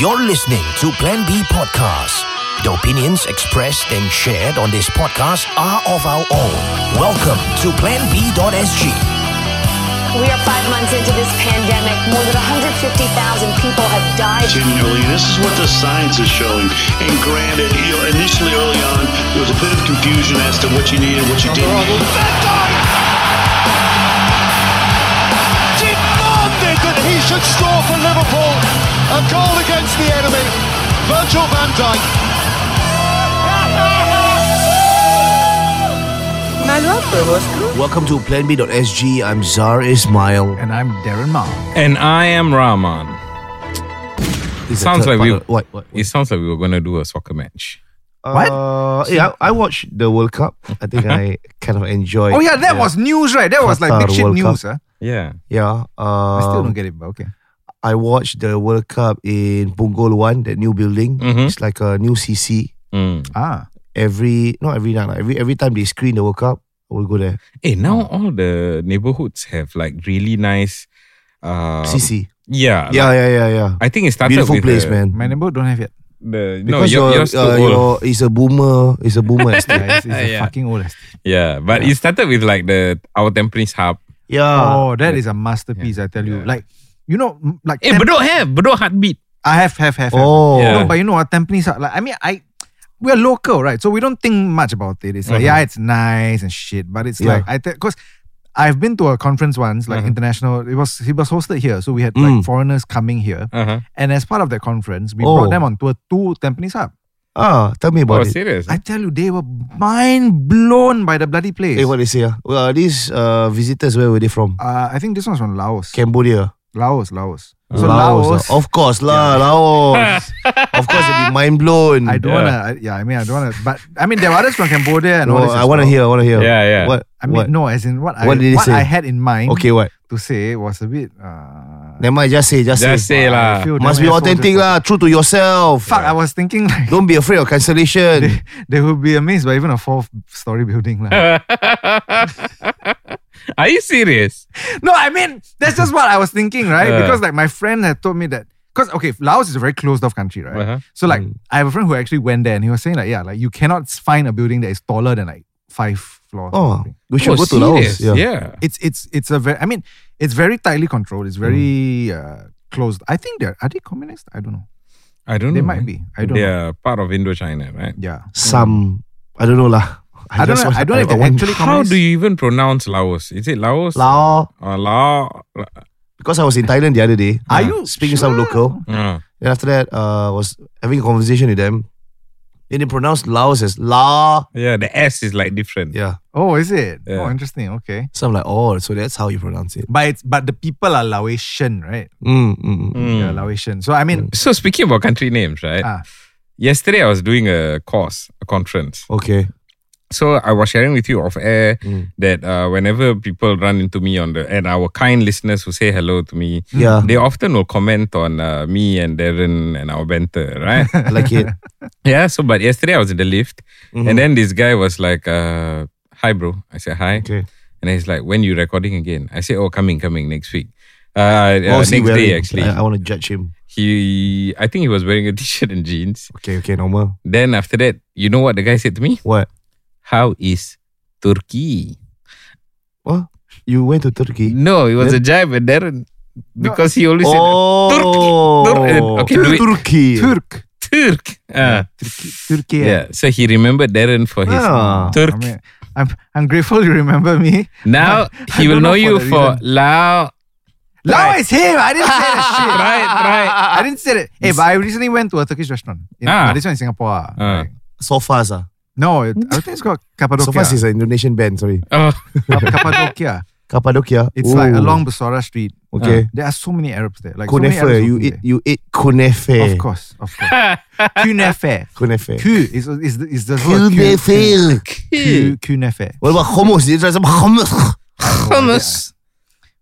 You're listening to Plan B Podcast. The opinions expressed and shared on this podcast are of our own. Welcome to planb.sg. We are five months into this pandemic. More than 150,000 people have died. continually. This is what the science is showing. And granted, you know, initially early on, there was a bit of confusion as to what you needed, what you didn't need. demanded that he should score for Liverpool. A goal against the enemy. Virgil van Dijk. Welcome to planb.sg. I'm Zar Ismail. And I'm Darren Ma. And I am Rahman. It sounds like we- What? what? It sounds like we were gonna do a soccer match. What? Uh, yeah, I watched the World Cup. I think I kind of enjoyed Oh yeah, that was news, right? That was like Qatar big shit World Cup. news, huh? Yeah. Yeah. Uh, I still don't get it, but okay. I watched the World Cup in Punggol One, that new building. Mhm. It's like a new CC. Mm. Ah, Every not every night, like every every time they screen the World Cup, I will go there. Hey, now all the neighborhoods have like really nice. Uh, CC. Yeah. like- Yeah, yeah, yeah, yeah. I think it started Beautiful with place, the, man. my neighborhood don't have yet. The, no, Because your, you're, yours too uh, old. you're- it's a boomer, it's a boomer estate. Yeah, it's, it's a Yeah. fucking old estate. yeah, but it started with like the our Tampines hub. Ah. yeah. Oh, that is a masterpiece, I tell you. Yeah. Like, you know, m- like Hey, Tam- Eh, Bedok have Bedok heartbeat. I have, have, have, have. Oh. Yeah. No, but you know what, Tampines, are- like, I mean, I we're local, right? So we don't think much about it. It's like, Mhm. yeah, it's nice and shit, but it's Mm-hmm. Yeah. Mm-hmm. like I because I've been to a conference once, like international. It was it was hosted here, so we had Mm. like foreigners coming here, Uh-huh. and as part of that conference, we Oh. brought them on tour to Tampines Hub. Ah, tell me Oh, about it. serious? I tell you, they were mind blown by the bloody place. Hey, what they say? ah? Well, these uh, visitors, where were they from? uh, I think this one's from Laos. Cambodia. Laos, Laos. Oh. So Laos, Laos. ah. Of course, lah, Laos. of course, they'll be mind blown. I don't wanna. Yeah, I mean, I don't wanna. But I mean, there were others from Cambodia and all this. No, I as want to well. hear, I want to hear. Yeah, yeah. What? I mean, what? no, Uh, as in what, I What did they what say? I had in mind Okay, what? to say was a bit. Uh, Never mind, just say, just, Just say say. lah. I feel Must them be assholes authentic, as well. lah. True to yourself. Fuck, I was thinking like Don't be afraid of cancellation. they would be amazed by even a four-story building. Like. Are you serious? no, I mean that's just what I was thinking, right? Yeah. Because like my friend had told me that. Because okay, Laos is a very closed-off country, right? Uh-huh. So like, I have a friend who actually went there, and he was saying like, yeah, like you cannot find a building that is taller than like five floors. or oh, something. we should oh, go to serious? Laos. Yeah. yeah. it's it's it's a very. I mean, it's very tightly controlled. It's very Mm. uh, closed. I think they're are they communist? I don't know. I don't know. They might man. be. I don't. They know. are part of Indochina, right? Yeah. Some, I don't know, lah. I don't just know. want- I don't know if they're want- actually How communist. do you even pronounce Laos? Is it Laos? Laos. Or Lao? La- because I was in Thailand the other day. uh, Are you speaking some sure? local? uh, Then after that, uh, I was having a conversation with them. Then they pronounced Laos as La. yeah, the S is like different. Yeah. Oh, is it? Oh, Yeah. interesting. Okay. So I'm like, oh, so that's how you pronounce it. But it's but the people are Laotian, right? Mm, mm, mm. Mm. Yeah, Laotian. So I mean, So speaking about country names, right? Ah. Yesterday I was doing a course, a conference. Okay. So I was sharing with you off air Mm. that uh, whenever people run into me on the and our kind listeners who say hello to me, Yeah. they often will comment on uh, me and Darren and our banter, right? I like it. yeah. So but yesterday I was in the lift, Mm-hmm. and then this guy was like, uh, "Hi, bro." I said, "Hi." Okay. And he's like, "When you recording again?" I said, "Oh, coming, coming next week." Uh, uh, Oh, next see, wearing- day actually. I, want to judge him. he, I think he was wearing a t-shirt and jeans. Okay, okay, normal. Then after that, you know what the guy said to me? What? How is Turkey? What? You went to Turkey? No, it was a jibe at Darren because he always Oh, Turkey, Tur- okay, do it. Mm. Turkey. Turk, said Turk. Ah, Turkey. yeah. so he remembered Darren for his Ah. Turk. I mean, I'm I'm grateful you remember me. now I he will don't know know you for that for reason. Lao. Lao is him. I didn't say that shit. Right, right. I didn't say that. Hey, but I recently went to a Turkish restaurant. In, Ah. uh, this one in Singapore. ah. Ah. Like, So fast, ah. no, it, I think it's called So Cappadocia. fast is an Indonesian band. Sorry, Oh, Cap- Cappadocia. Cappadocia. It's like Ooh. along Basora Street. Ah. Okay. There are so many Arabs there. Like so many Kunefe. Arabs You working eat. there. You eat kunefe. Of course, of course. Kunefe. Kunefe. Q is is the- is the word Q- Q- Kunefe. Q Kunefe. What about hummus? Did you try some hummus? hummus.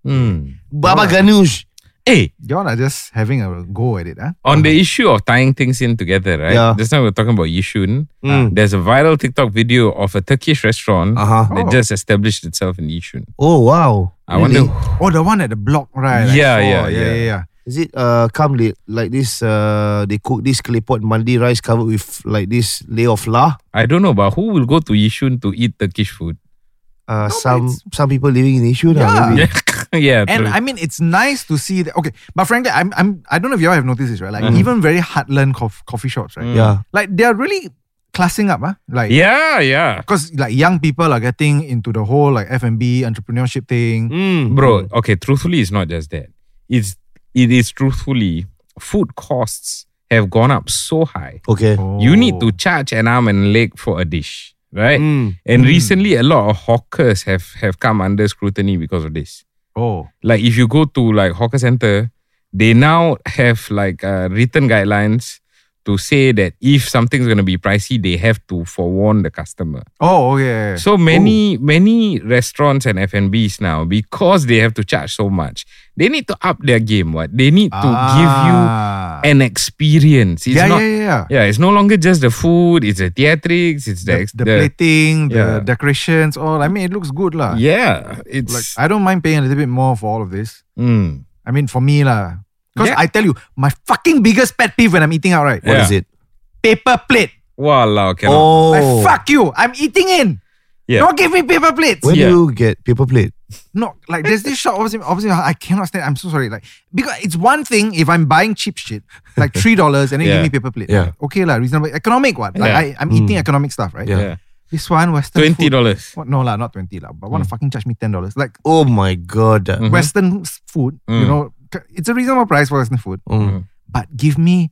Hmm. Baba ganoush. Hey, Y'all are just having a go at it, huh? on the issue of tying things in together, right? Yeah. Just now we are talking about Yishun. Uh, Mm. There's a viral TikTok video of a Turkish restaurant Uh-huh. that Oh. just established itself in Yishun. Oh wow! I Really? wonder. Oh, the one at the block, right? I Yeah, saw. yeah, yeah, yeah. yeah, yeah. Is it uh come li- like this? Uh, they cook this clay pot mandi rice covered with like this layer of lah. I don't know, but who will go to Yishun to eat Turkish food? Uh, but some it's- some people living in Yishun lah, Yeah. maybe. Yeah, yeah. And true. I mean, it's nice to see that. Okay, but frankly, I'm, I'm I don't know if y'all have noticed this, right? Mm-hmm. Like even very heartland cof- coffee shops, right? Yeah. Like they're really classing up, huh? Like yeah, yeah. because like young people are getting into the whole like F and B entrepreneurship thing. Mm. Bro, okay, truthfully, it's not just that. It's it is truthfully food costs have gone up so high. Okay. Oh. You need to charge an arm and leg for a dish, right? Mm. And recently, a lot of hawkers have have come under scrutiny because of this. Oh, Like if you go to like hawker center, they now have like uh, written guidelines to say that if something's gonna be pricey, they have to forewarn the customer. oh, okay. Oh. So many many restaurants and F&Bs now because they have to charge so much, they need to up their game. What they need to give you an experience. It's Ah. yeah, not, yeah, yeah, yeah. yeah, It's no longer just the food. It's the theatrics. It's The, the ex- the plating, the yeah. decorations, all. I mean, it looks good, lah. yeah. It's Like I don't mind paying a little bit more for all of this. mm. I mean, for me, lah. Because Yeah. I tell you, my fucking biggest pet peeve when I'm eating out, right? What Yeah. is it? Paper plate. Walao, cannot. Oh, Like, fuck you. I'm eating in. Yeah. Don't give me paper plates. When Yeah. do you get paper plate? No, like there's this shop obviously, obviously I cannot stand. I'm so sorry. Like because it's one thing if I'm buying cheap shit, like three dollars, and then Yeah. give me paper plate. Yeah. Okay, lah, reasonable economic one. Like Yeah. Hmm. I, I'm eating economic stuff, right? Yeah. Yeah. This one Western Twenty food- dollars. Hmm. What? No lah, not twenty lah. But wanna fucking charge me ten dollars? Like Oh my god. Western s- food, you Mm-hmm. Mm. know, c- it's a reasonable price for Western food. Mm-hmm. Mm. But give me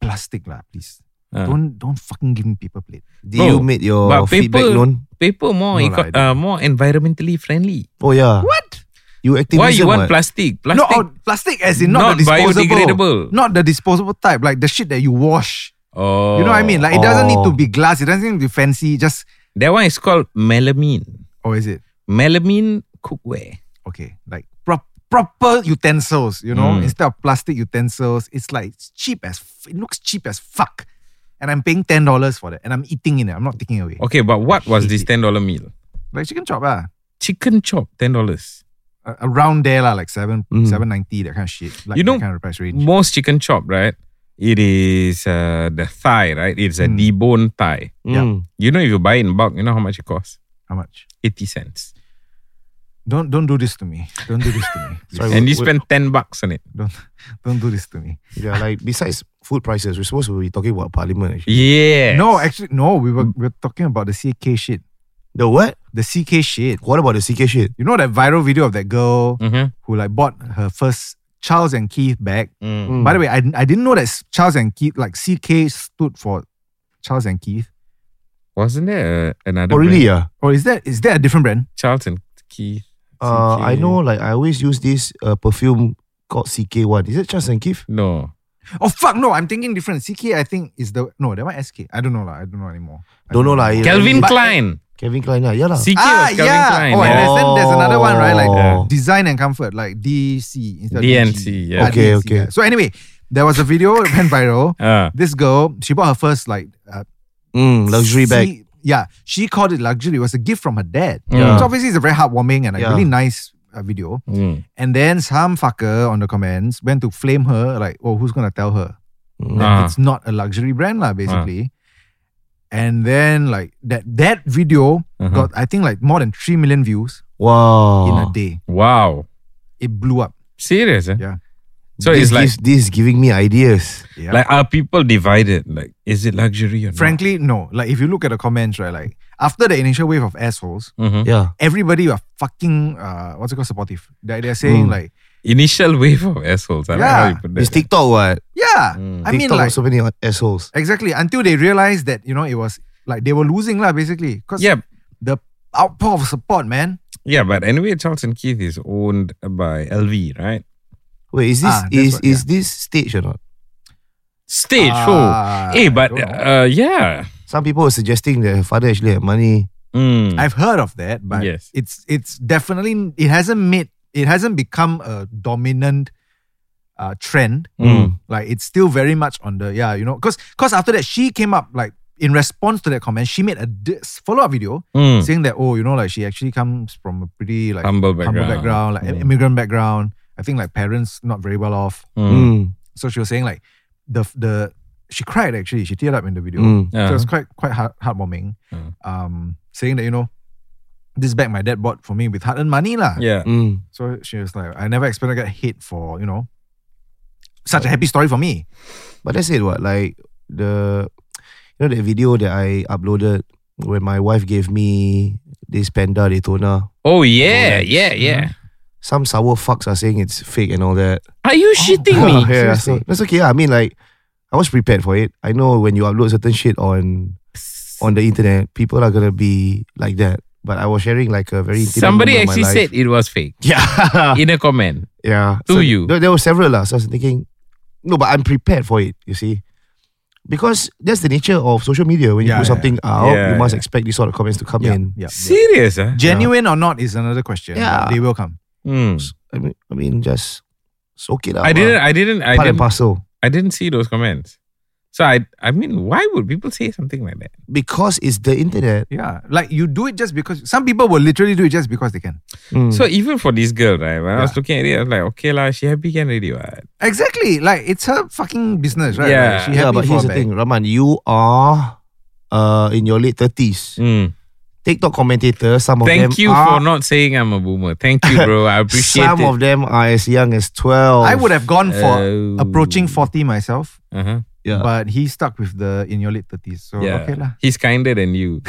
plastic lah, please. Ah. Don't don't fucking give me paper plate. Did Bro, you make your but feedback people- known? Paper more No eco- lah, I don't. uh, more environmentally friendly. Oh yeah. What? You activism. Why you want what? plastic? Plastic. No, oh, plastic as in not, Not the disposable, biodegradable. not the disposable type, like the shit that you wash. oh. You know what I mean? Like it doesn't need to Oh. be glass. It doesn't need to be fancy. Just that one is called melamine. or is it Melamine cookware. okay? Like prop, proper utensils. You Hmm. know, instead of plastic utensils, it's like it's cheap as f- it looks cheap as fuck. And I'm paying ten dollars for that, and I'm eating in it. I'm not taking away. Okay, but what was this ten dollar meal? Like chicken chop, ah, Chicken chop, ten dollars. A- around there, lah, like seven, seven ninety, that kind of shit. Like Hmm. You know, that kind of price range. Most chicken chop, right? It is uh, the thigh, right? It's a deboned thigh. Hmm. Yeah. You know, if you buy it in bulk, you know how much it costs? How much? Eighty cents. Don't don't do this to me. Don't do this to me. please. Sorry, and what- you what- spend ten bucks on it. Don't don't do this to me. Yeah, like besides food prices, we're supposed to be talking about parliament. Actually. Yeah. No, actually, no. We were we were talking about the CK shit. The what? The CK shit. What about the CK shit? You know that viral video of that girl Mhm. who like bought her first Charles and Keith bag. Mm. By the way, I, I didn't know that s- Charles and Keith like CK stood for Charles and Keith. Wasn't there uh, another? Oh really? brand? Yeah. Or is that is that a different brand? Charles and Keith. Uh, I CK. know. Like I always use this uh, perfume called CK One. Is it Charles and Keith? No. Oh fuck no, I'm thinking different. CK I think is the no that one SK. I don't know lah. I don't know anymore. I Don't know lah. anymore. yeah. Calvin But- Klein. Kevin Klein. lah. Yeah lah. CK Ah was Calvin yeah. Klein. oh, yeah. and there's, then there's another one right like Oh. design and comfort like DC instead of DNC, yeah. Ah, Okay, DNC, okay. yeah. So anyway, there was a video that went viral. Ah. This girl, she bought her first like uh, Mm, luxury bag. She- yeah, she called it luxury. It was a gift from her dad. Yeah. So obviously, it's a very heartwarming and a Yeah. really nice uh, video. Mm. And then some fucker on the comments went to flame her, like, "Oh, who's gonna tell her that Ah. it's not a luxury brand, lah?" Basically. And then like that that video Uh-huh. got I think like more than three million views Wow. in a day. Wow. It blew up. Serious? Eh? Yeah. So it's this, like gives- this is giving me ideas. Yeah. like are people divided? Like is it luxury or Frankly, no. Like if you look at the comments, right? Like after the initial wave of assholes, not? Mhm. Yeah. everybody are fucking uh, what's it called supportive. They they're saying Hmm. like, Initial wave of assholes. I Yeah. yeah. like how you put that. It's TikTok. What? yeah, I mean Hmm. TikTok like so many assholes. exactly until they realized that you know it was like they were losing lah basically. Cause Yeah. the outpour of support, man. Yeah, but anyway, Charles and Keith is owned by LV, right? Wait, is this Ah, that's is what- is this stage or not? Stage Ah, show. Hey, I but don't know. uh, yeah. Some people were suggesting that her father actually had money. Mm. Hmm. I've heard of that, but Yes. it's it's definitely it hasn't made it hasn't become a dominant uh, trend. Hmm. Mm. Like it's still very much on the yeah, you know, because because after that she came up like in response to that comment, she made a follow up video Mm. saying that oh, you know, like she actually comes from a pretty like Humble humble background. Hmm. background, like an immigrant background. I think like parents not very well off. hmm. Mm. So she was saying like the the she cried actually. She teared up in the video. Mm. So it was Yeah. quite quite heart, heartwarming. Mm. Um, saying that you know this bag my dad bought for me with hard earned money lah. Yeah. Mm. So she was like, I never expected to get hit for you know such a Uh-huh. happy story for me. But that's it. What like the you know that video that I uploaded when my wife gave me this panda Daytona. Oh yeah, yeah, yeah. Some sour fucks are saying it's fake and all that. Are you shitting me? yeah, yeah, seriously. so that's okay. yeah. I mean, like I was prepared for it. I know when you upload certain shit on on the internet, people are gonna be like that. But I was sharing like a very intimate Somebody moment of my actually life. said it was fake yeah, in a comment. yeah. To so you. There, there were several lah. So I was thinking, no, but I'm prepared for it. You see, because that's the nature of social media. When you Yeah, put yeah. something out, Yeah, you must yeah. expect these sort of comments to come Yeah, in. yeah. yeah. Serious, huh? Genuine or not is another question. Yeah. but They will come. Mm. I mean, I mean, just soak it up. I lah. didn't I didn't I Part and didn't parcel. I didn't see those comments. So I I mean, why would people say something like that? Because it's the internet. Yeah. Like you do it just because some people will literally do it just because they can. Mm. So even for this girl, right? When I was looking at it, I was like, okay lah, she happy can already what? Exactly. Like it's her fucking business, right? Yeah. Like, she yeah, happy but for here's a the bag. thing, Raman. You are uh, in your late thirties. Mm. TikTok commentators, some of them Thank you are, for not saying I'm a boomer. Thank you, bro. I appreciate some it. of them are as young as twelve. I would have gone for Oh. approaching 40 myself, uh-huh. Yeah. but he stuck with the in your late 30s. So yeah. okay lah. He's kinder than you.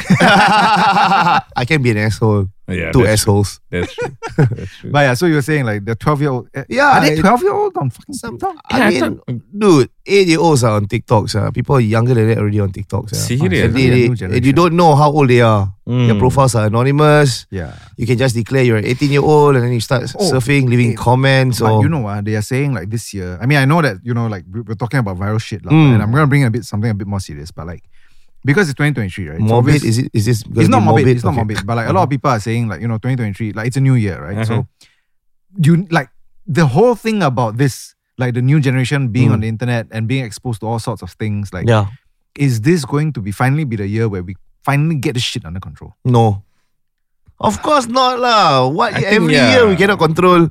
I can be an asshole. yeah, Two that's, assholes. that's true. That's true. But yeah, so you were saying like the 12 year old. Yeah, Are they it- 12 year old on fucking Some- TikTok? I Yeah, I mean, dude, eight year olds are on TikToks. Uh. People younger than that already on TikToks. Uh. Yeah, Serious. And, they- they- new and you generation. don't know how old they are. Mm. Their profiles are anonymous. Yeah. You can just declare you're an 18 year old and then you start Oh, surfing, eh, leaving comments. but or you know what? They are saying like this year. I mean, I know that, you know, like we- we're talking about viral shit. lah, Mm. And I'm going to bring in a bit something a bit more serious, but like, because it's 2023, right? It's morbid, obvious- is it? Is this? gonna it's not be morbid. It's not Okay. Uh-huh. morbid. But like a lot of people are saying, like you know, 2023, like it's a new year, right? So Mm-hmm. you like the whole thing about this, like the new generation being on the internet and being exposed to all sorts of things. Like, Mm. Yeah. is this going to be finally be the year where we finally get this shit under control? No. Of course not lah. What I think, every yeah. year we cannot control.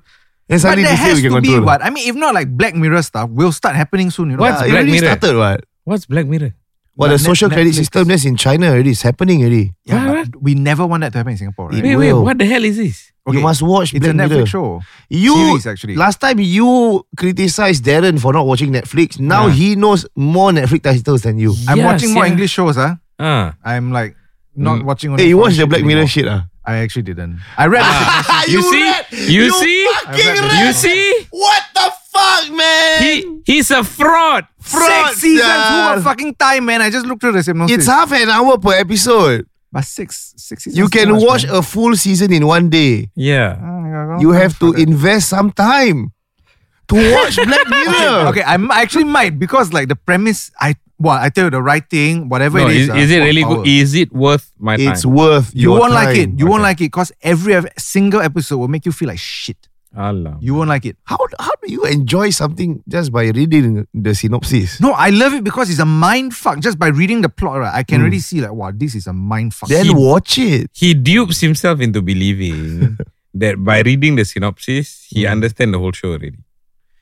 But And suddenly there this year has we can to be control. what I mean. If not, like Black Mirror stuff will start happening soon. You know, What's Yeah, it Black already Mirror? started what? What's Black Mirror? What Like the Net- social credit Netflix. system that's in China already is happening already. yeah, but we never want that to happen in Singapore, right? It Wait, wait, will. what the hell is this? Okay, You must watch It's a Black Netflix Mirror. show. You Series, actually. last time you criticized Darren for not watching Netflix. Now Yeah. he knows more Netflix titles than you. I'm Yeah, watching more sia. English shows. Huh? Ah. I'm like not watching. only Mm. Hey, foreign you watch the shit Black anymore. Mirror shit ah? I actually didn't. I read. the You, see? You, You see? fucking I've read You that. rat! see? What the fuck, man? He he's a fraud. Fraud, six seasons. yeah. Who a fucking time, man? I just looked through the synopsis. It's half an hour per episode. but six, six seasons. You is too can much, watch man. a full season in one day. Yeah. Ah, yeah, well, You I'm have sure to that- invest some time to watch Black Mirror. Okay, I'm- I actually might because like the premise, I well, I tell you the writing, whatever No, it is. is, uh, is it full really power. good? Is it worth my time? It's worth you your won't time. like it. You won't Okay. like it because every ev- single episode will make you feel like shit. Allah. You won't like it. How how do you enjoy something just by reading the synopsis? No, I love it because it's a mind fuck. Just by reading the plot, right, I can Hmm. really see like, wow, this is a mind fuck. Then He- watch it. he dupes himself into believing that by reading the synopsis, he understand the whole show already.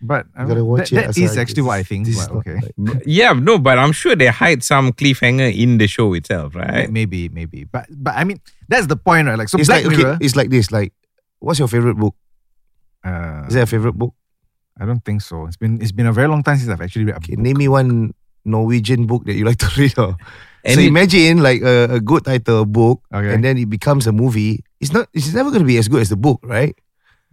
but I You gotta mean, watch that- it. that is Asal. actually what I think. This is but not okay, like- B- Yeah, no, but I'm sure they hide some cliffhanger in the show itself, right? maybe, maybe, but but I mean, that's the point, right? Like, so it's Black like okay, Mirror. it's like this. Like, what's your favorite book? uh, Is there a favorite book? I don't think so. It's been it's been a very long time since I've actually read. A Okay, book. name me one Norwegian book that you like to read. ah. And so it- imagine like a, a good title book, Okay. and then it becomes a movie. It's not. It's never going to be as good as the book, right?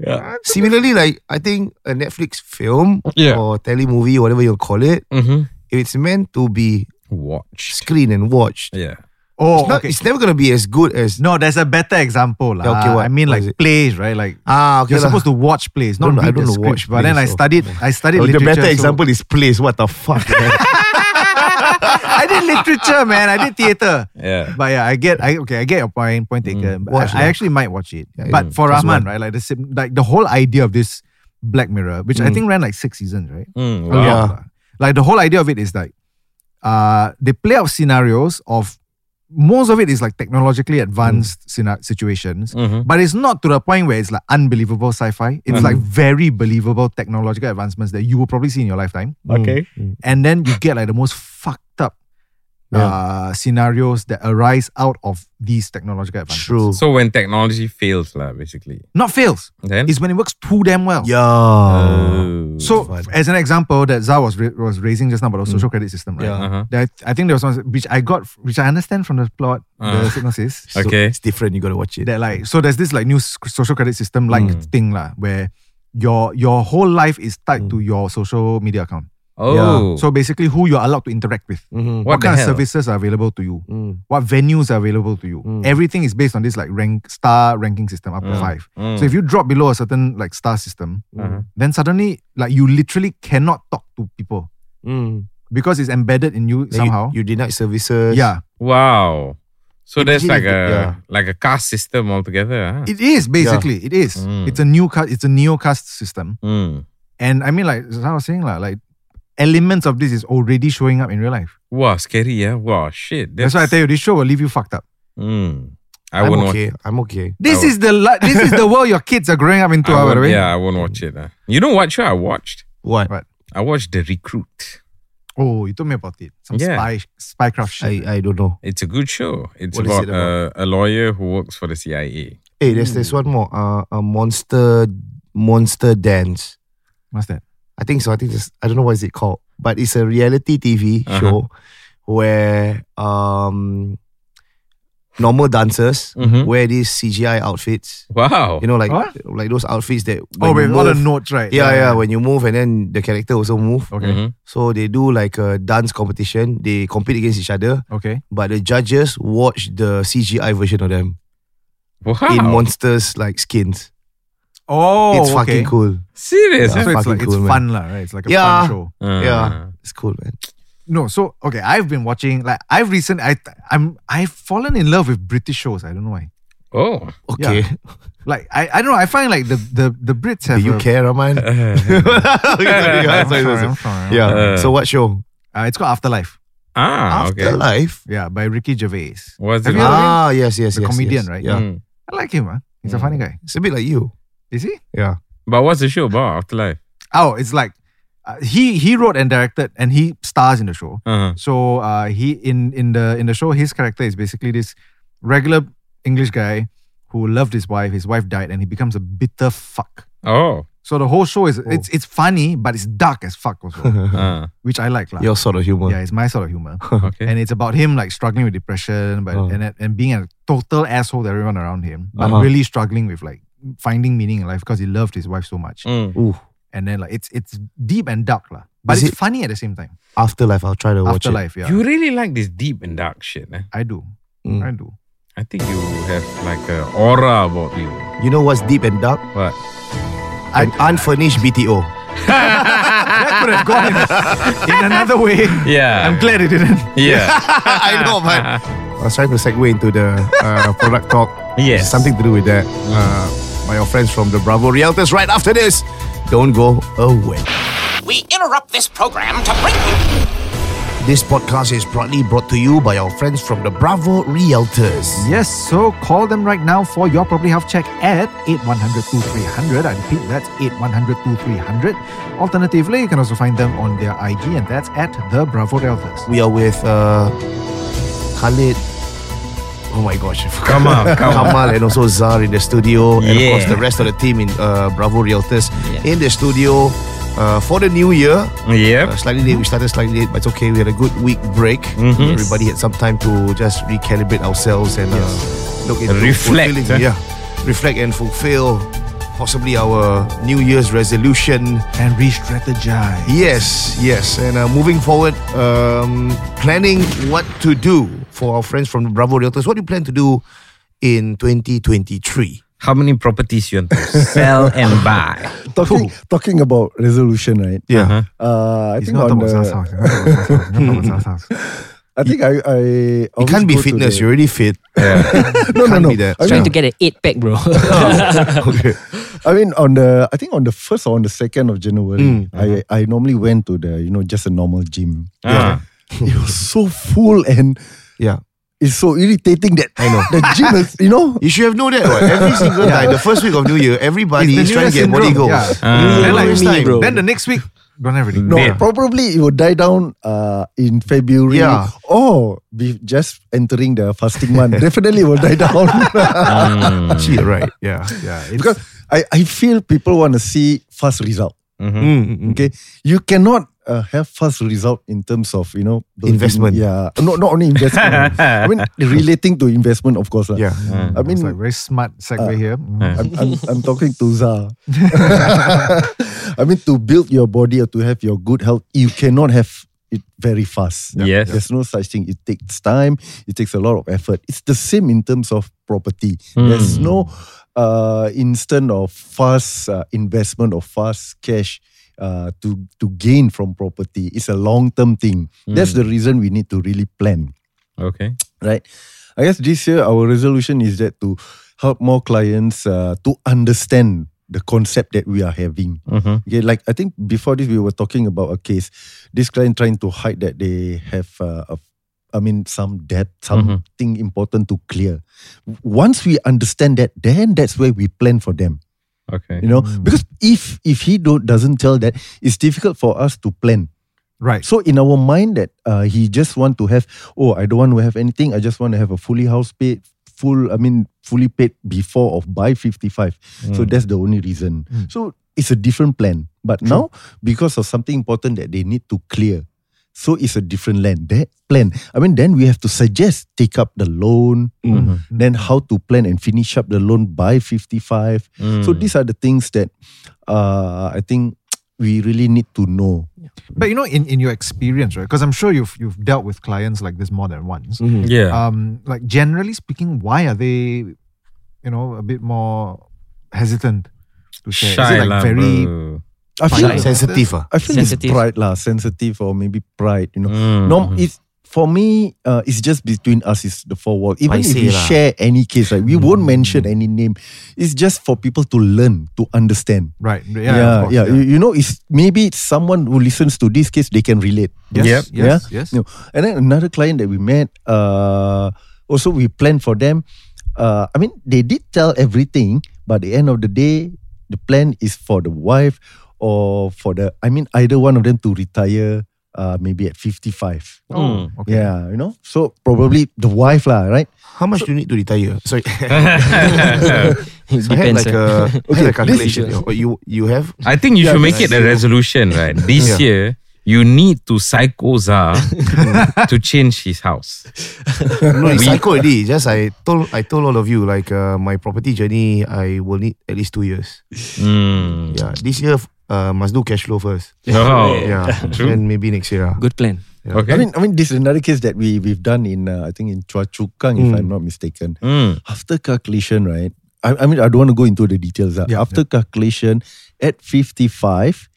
Yeah. Similarly, like I think a Netflix film Yeah. or telemovie, whatever you call it, Mm-hmm. if it's meant to be Watch. screened and watched, Yeah. Oh, it's, not, okay. it's never going to be as good as No, there's a better example. lah. Yeah, okay, what- I mean what like is it? plays, right? Like ah. Okay you're lah. supposed to watch plays, not Don't know- I read don't the know script. watch but then I plays, so- studied I studied Oh, the literature. better so- example is place. What the fuck? man? I did literature, man. I did theater. Yeah. But yeah, I get I okay, I get your point, point taken. But Mm, Watch I, I lah. actually might watch it. Yeah, but yeah. for Just Rahman, one. right? Like the sim- like the whole idea of this Black Mirror, which I Mm. think ran like six seasons, right? a Mm, wow. lot Yeah. lah. Like the whole idea of it is like uh they play out scenarios of most of it is like technologically advanced sina- situations, but it's not to the point where it's like unbelievable sci-fi. It's like very believable technological advancements that you will probably see in your lifetime. Okay. And then you get like the most fucked up uh, scenarios that arise out of these technological advancements. Mm, True. So when technology fails, lah, basically. Not fails. Then It's when it works too damn well. Yo. Oh. So, Fun. as an example that Zah was ra- was raising just now about Mm. the social credit system, right? Yeah. Uh-huh. That I think there was one which I got, which I understand from the plot, Uh. the synopsis. So Okay. it's different. You gotta watch it. That like, so there's this like new s- social credit system like Mm. thing lah, where your your whole life is tied to your social media account. Oh. So basically, who you're allowed to interact with, Mhm. What the kind of hell? services are available to you, Mm. what venues are available to you. Mm. Everything is based on this like rank star ranking system up to Mm. five. Mm. So if you drop below a certain like star system, Uh-huh. then suddenly like you literally cannot talk to people. Mm-hmm. Mm. because it's embedded in you Then somehow. you, you denied services. yeah, Wow. So that's Imagine like if a it- yeah. like a caste system altogether. Huh? it is basically it is. Mm. It's a new ca- it's a neo caste system, Mm. and I mean like as I was saying like like elements of this is already showing up in real life. Wow, scary, yeah. Wow, shit. That's, why I tell you this show will leave you fucked up. Mm. I I'm won't watch. okay. I'm okay. This is the li- this is the world your kids are growing up into. ah, by the I won't, way, yeah, I won't watch it. huh. You know what show I watched? What? What? I watched The Recruit. Oh, you told me about it. Some Yeah. spy spy craft shit. I, uh, I don't know. It's a good show. It's What is about, it about? Uh, a lawyer who works for the CIA. Hey, there's there's one more. Uh, a monster monster dance. What's that? I think so. I think this. I don't know what is it called, but it's a reality TV Uh-huh. show where um normal dancers Mhm. wear these CGI outfits. Wow. You know, like What? like those outfits that oh, when with you all the move- notes, right? Yeah, yeah, When Mm-hmm. you move and then the character also move. Okay. Mhm. So they do like a dance competition. They compete against each other, Okay. but the judges watch the CGI version of them Wow. in monsters like skins. Oh, it's okay. fucking cool. Serious. So Yeah. huh? it's Fucking like it's cool, man. fun lah, right? It's like a Yeah. fun show. Uh, Yeah, it's cool, man. No, so okay, I've been watching like I've recent I I'm I've fallen in love with British shows. I don't know why. Oh. Okay. Like I, I don't know. I find like the the, the Brits have. Do you a- care, Raman? Okay, sorry, I'm guys, sorry, sorry, sorry. I'm sorry. Yeah. Uh, so what show? Uh, it's called Afterlife. Ah, okay. Afterlife. Yeah, by Ricky Gervais. Was Have you it? heard Ah, yes, yes, The yes. comedian, yes. right? Yeah, Mm. I like him. Huh? He's a funny guy. it's a bit like you. Is he? Yeah. But what's the show about? Afterlife. Oh, it's like uh, he he wrote and directed and he stars in the show. Uh-huh. So uh, he in in the in the show his character is basically this regular English guy who loved his wife. His wife died and he becomes a bitter fuck. Oh. So the whole show is it's it's funny but it's dark as fuck also, Ah. which I like lah. Your sort of humor. Yeah, it's my sort of humor. okay. and it's about him like struggling with depression, but Oh. and and being a total asshole to everyone around him, but Uh-huh. really struggling with like finding meaning in life because he loved his wife so much. Mm. Ooh, And then like it's it's deep and dark lah, but it's Is it- funny at the same time. Afterlife. I'll try to watch it. Afterlife, yeah, You really like this deep and dark shit. Eh? I do, Mm. I do. I think you have like a aura about you. You know what's deep and dark? What? An unfurnished BTO. That could have gone in, in another way. Yeah. I'm glad it didn't. Yeah. I know, but I was trying to segue into the uh, product talk. Yes. Something to do with that. Uh, by your friends from the Bravo Realtors. Right after this, don't go away. We interrupt this program to bring you This podcast is proudly brought to you by our friends from the Bravo Realtors. Yes, so call them right now for your property health check at 8100 I repeat, that's 8100 Alternatively, you can also find them on their IG, and that's at the Bravo Deltas. We are with uh, Khalid. Oh my gosh, Come on, come on. Kamal and also Zar in the studio, and of Yeah. course the rest of the team in uh, Bravo Realtors in the studio uh, for the new year. Uh, Yep. slightly late, we started slightly late, but it's okay. We had a good week break. Mhm. Everybody had some time to just recalibrate ourselves and uh, look into Reflect, fulfilling- eh? Yeah, reflect and fulfill possibly our New Year's resolution. And re strategize. Yes, yes. And uh, moving forward, um, planning what to do for our friends from Bravo Realtors. What do you plan to do in 2023? How many properties you want to sell and buy? Talking talking about resolution, right? Yeah. Uh, I It's think not on about Za's the, house. It's not about Za's house. It's not about Za's house. I think I I It can't be fitness. You're already fit. no, can't no, no. be that. I Trying mean, to get an eight pack, bro. okay. I mean, on the I think on the first or on the second of January, Mm. I I normally went to the you know just a normal gym. Ah. It was so full and Yeah. It's so irritating that I know. the gym is, you know, You should have known that. What? Every single Yeah. time, the first week of New Year, everybody It's is the trying to get New Year body syndrome, yeah. goals. New Year Then like always me, time. bro. Then the next week, don't have anything. no, Dead. probably it will die down uh, in February Yeah. or be just entering the fasting month. Definitely will die down. Mm. Gee, right. Yeah. Yeah, it's- because I, I feel people want to see fast result. Mm, mm, mm. Okay, you cannot uh, have fast result in terms of you know building- Investment. Yeah, no, not only investment. I mean relating to investment, of course. lah. Yeah. I mean, it's like very smart segue Uh, here. Mm. I'm, I'm, I'm talking to Za. I mean, to build your body or to have your good health, you cannot have it very fast. Yes. There's no such thing. It takes time, it takes a lot of effort. It's the same in terms of property. There's no uh, instant or fast uh, investment or fast cash. Uh, to to gain from property it's a long term thing. That's the reason we need to really plan Okay. right? I guess this year our resolution is that to help more clients uh, to understand the concept that we are having. Mhm. Okay, like I think before this we were talking about a case. This client trying to hide that they have, uh, a, I mean, some debt, something important to clear. Once we understand that, then that's where we plan for them. Okay. You know, because if if he don't doesn't tell that, it's difficult for us to plan. Right. So in our mind that uh, he just want to have, oh, I don't want to have anything. I just want to have a fully house paid, full, I mean, fully paid before of by 55. So that's the only reason. So it's a different plan. But now, because of something important that they need to clear, so it's a different land. That plan. I mean, then we have to suggest take up the loan, then how to plan and finish up the loan by 55. So these are the things that uh, I think we really need to know. But you know, in, in your experience, right? Because I'm sure you've you've dealt with clients like this more than once. Yeah. Um, like generally speaking, why are they, you know, a bit more hesitant to share? Is Shy it like lah, very bro. I feel Shy. like Sensitive. ah. I feel Sensitive. it's pride lah, sensitive or maybe pride. You know, Mm. no, it's for me. Uh, it's just between us. It's the four walls. Even if Paiseh we lah. share any case, like we won't mention any name. It's just for people to learn to understand. right? Yeah, Yeah, yeah. yeah. of course, You, you know, it's maybe it's someone who listens to this case they can relate. Yes, Yep. yes, yeah? yes. No. And then another client that we met, uh, also we planned for them. Uh, I mean, they did tell everything, but at the end of the day, the plan is for the wife or for the, I mean, either one of them to retire uh, maybe at 55. Mm. Okay. Yeah, you know? So probably the wife, lah, right? How much do you need to retire? Sorry. It I had depends. eh. like a, I had a calculation. is- Oh, You you have I think you Yeah, should make that's it a true. resolution, right? This Yeah. year, you need to psycho Zah to change his house. no it's psycho already. Just I told I told all of you like uh, my property journey I will need at least two years. Mm. Yeah, this year uh, must do cash flow first. Oh, Yeah, True. then maybe next year. ah. Good plan. Okay. I mean, I mean, this is another case that we we've done in uh, I think in Chua Chu Kang, if Hmm. Mm. I'm not mistaken. Mm. after calculation, right? I, I mean, I don't want to go into the details. ah. Yeah, after calculation, at 55,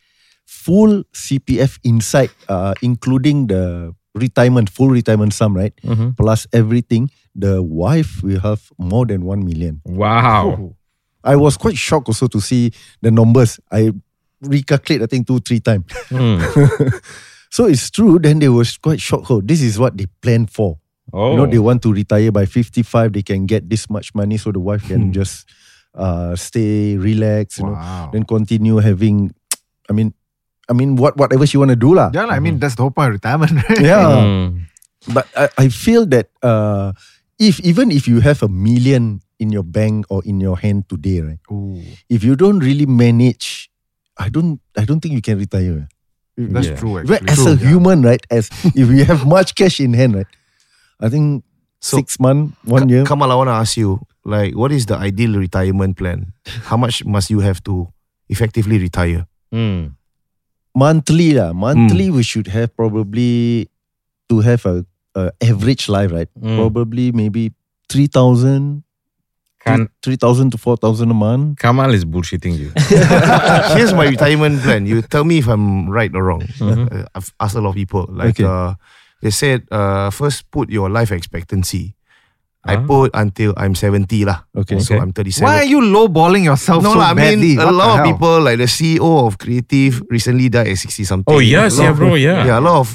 full CPF inside, uh, including the retirement, full retirement sum, right? Mm-hmm. Mhm. Plus everything, the wife will have more than 1 million. Wow. I was quite shocked also to see the numbers. I recalculate, I think, two, three times. Mm. So it's true, then they was quite shocked. Oh, this is what they planned for. Oh. You know, they want to retire by 55, they can get this much money so the wife can just uh, stay, relax, you know, Hmm. Wow. then continue having, I mean, I mean, what whatever she want to do lah. Yeah, Hmm. like, I mean that's the whole point of retirement, right? Yeah. Mm. But I, I feel that uh, if even if you have a million in your bank or in your hand today, right? Ooh, If you don't really manage, I don't I don't think you can retire. that's Yeah. true. Well, Actually. as True, a yeah. human, right? As if you have much cash in hand, right? I think So, six month, one year. Kamal, I want to ask you, like, what is the ideal retirement plan? How much must you have to effectively retire? Mm. monthly lah. Monthly we should have probably to have a, a average life, right? Mm. Probably maybe 3,000 Kan- 3,000 to 4,000 a month. Kamal is bullshitting you. Here's my retirement plan. You tell me if I'm right or wrong. Mhm. Uh, I've asked a lot of people. Like, Mm-hmm. Okay. uh, they said, uh, first put your life expectancy. I Ah. put until I'm 70 lah. Okay. So Okay. I'm 37. Why are you lowballing yourself No, so lah, I badly? mean, a What the lot of hell? people, E like the CEO of Creative, recently died at 60 something. Oh, yes, yeah, A lot of- bro, yeah. Yeah, a lot of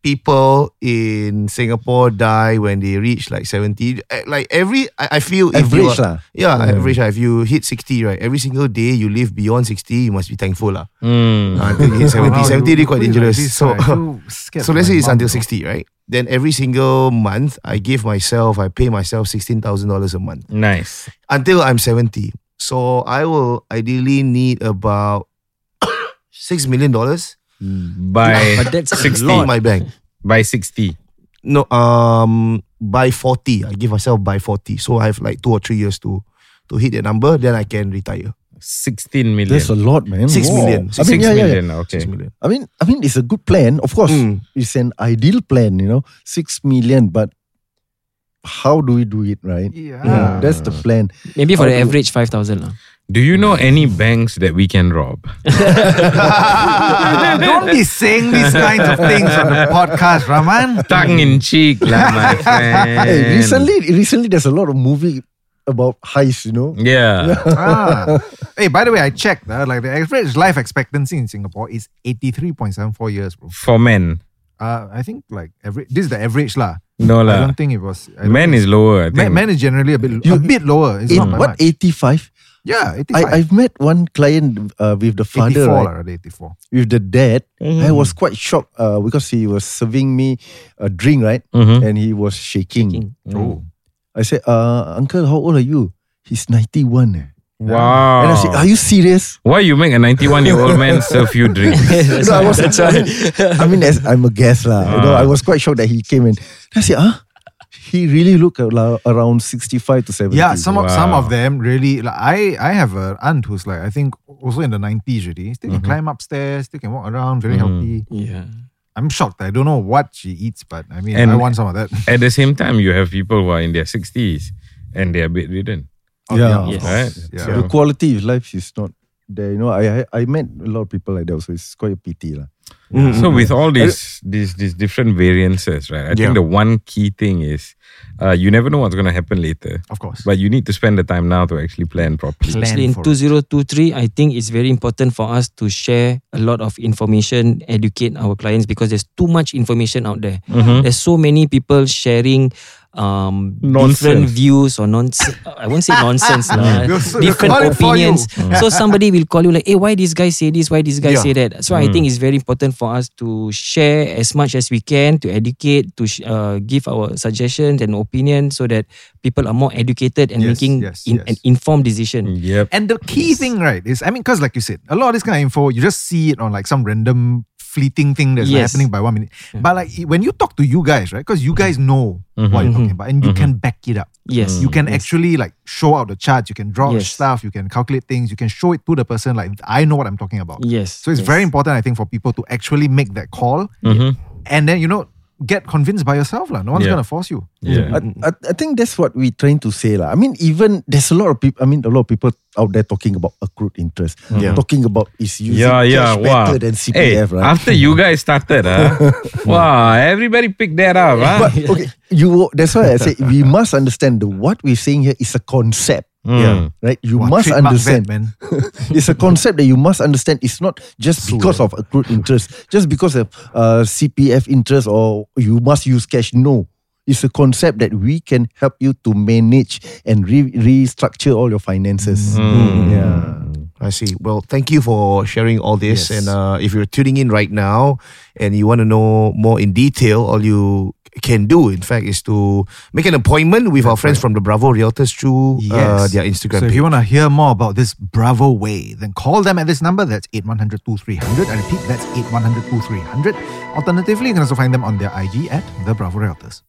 people in Singapore die when they reach like 70. Eh, Like every, I, I feel if you Average are- lah. Yeah, average lah. If you hit 60, right, every single day you live beyond 60, you must be thankful lah. Mm. Ah, Until you hit 70, Wow, 70 you really quite put it like dangerous. this, so, I feel scared so for let's my say it's mum, until though. 60, right? Then every single month, I give myself, I pay myself $16,000 a month Nice. until I'm 70. So I will ideally need about $6 million in By But that's a 60. lot. my bank. by 60. No, um, by forty, I give myself by forty, so I have like two or three years to to hit that number. Then I can retire. 16 million. That's a lot, man. Six Wow. million. I Six mean, yeah, yeah, yeah. million, Okay. Six million. I mean, I mean, it's a good plan. Of course, Mm. it's an ideal plan. You know, six million, but how do we do it, right? Yeah. Yeah, that's the plan. Maybe for the How do- average 5,000 lah. Do you know any banks that we can rob? Ah, Don't be saying these kinds of things on the podcast, Rahman. Tongue in cheek, lah, my friend. Hey, recently, recently, there's a lot of movie about heist. You know, Yeah. Ah. Hey, by the way, I checked. Uh, like the average life expectancy in Singapore is eighty-three point seven four years, bro. For men. Uh, I think like average. This is the average, lah. No I lah. don't think it was. I don't Men think- is lower, I think. Man, man is generally a bit You- a bit lower. It's Eight- not by what much. eighty-five? Yeah, 85. I, I've met one client uh, with the 84 father, right? lah, rather, 84. with the dad, I was quite shocked uh, because he was serving me a drink, right? Mhm. And he was shaking. Mm. Oh. I said, uh, Uncle, how old are you? He's 91. eh." Wow. And I said, Are you serious? Why you make a 91 year old man serve you drinks? No, I was a child. I mean, as I'm a guest, lah. You know, Ah. I was quite shocked that he came in. I said, Huh? He really looked a- la- around 65 to 70. Yeah, some of, some Wow. of them really. Like, I I have a aunt who's like I think also in the nineties already. Still Mm-hmm. can climb upstairs, still can walk around, Mm. very healthy. Yeah. I'm shocked. I don't know what she eats, but I mean, And- I want some of that. At the same time, you have people who are in their 60s and they are bedridden. Yeah. of Yes. course. Right. Yeah. The quality of life is not there. You know, I, I, I met a lot of people like that, so it's quite a pity. lah. Mm-hmm. So with all these these these different variances, right? I think the one key thing is uh, you never know what's going to happen later, Of course. but you need to spend the time now to actually plan properly. Plan Actually, in for it. 2023, I think it's very important for us to share a lot of information, educate our clients because there's too much information out there. There's so many people sharing um, different Nonsense. views or nonsense. I won't say nonsense, lah. We'll s- we'll different call it for you. opinions. Mm. So somebody will call you like, hey, why this guy say this? Why this guy Yeah. say that? So I Mm. think it's very important for us to share as much as we can, to educate, to sh- uh, give our suggestions and opinions so that people are more educated and Yes, making yes, in- yes. Mm. an informed decision. Yep. And the key thing, right, is I mean, because like you said, a lot of this kind of info, you just see it on like some random fleeting thing that's like, Yes. Mm-hmm. happening by one minute. But like i- when you talk to you guys, right, because you guys know what you're talking about and you can back it up. Yes. You can Yes. actually like show out the charts, you can draw out Yes. stuff, you can calculate things, you can show it to the person, like, I know what I'm talking about. Yes. So it's yes. Mm-hmm. very important, I think, for people to actually make that call and then, you know, get convinced by yourself. lah. No one's Yeah. going to force you. Yeah. I, I, I think that's what we're trying to say. lah. I mean, even there's a lot of people I mean a lot of people out there talking about accrued interest. Mm. Talking about is using Yeah, yeah, cash better wow. than CPF, hey, Eh, right? after you guys started, huh? wow, everybody picked that up, huh? But okay, you that's why I say we must understand the what we're saying here is a concept. Yeah. Right? You Wow, must trademark understand. vet, man. it's a concept that you must understand. It's not just because of accrued interest, just because of uh, CPF interest or you must use cash. No. It's a concept that we can help you to manage and re- restructure all your finances. Yeah. I see. Well, thank you for sharing all this. Yes. And uh, if you're tuning in right now and you want to know more in detail, all you can do, in fact, is to make an appointment with our friends from the Bravo Realtors through uh, their Instagram So if page. you want to hear more about this Bravo way, then call them at this number. That's 8100 2300. I repeat, that's 8100 2300. Alternatively, you can also find them on their IG at The Bravo Realtors.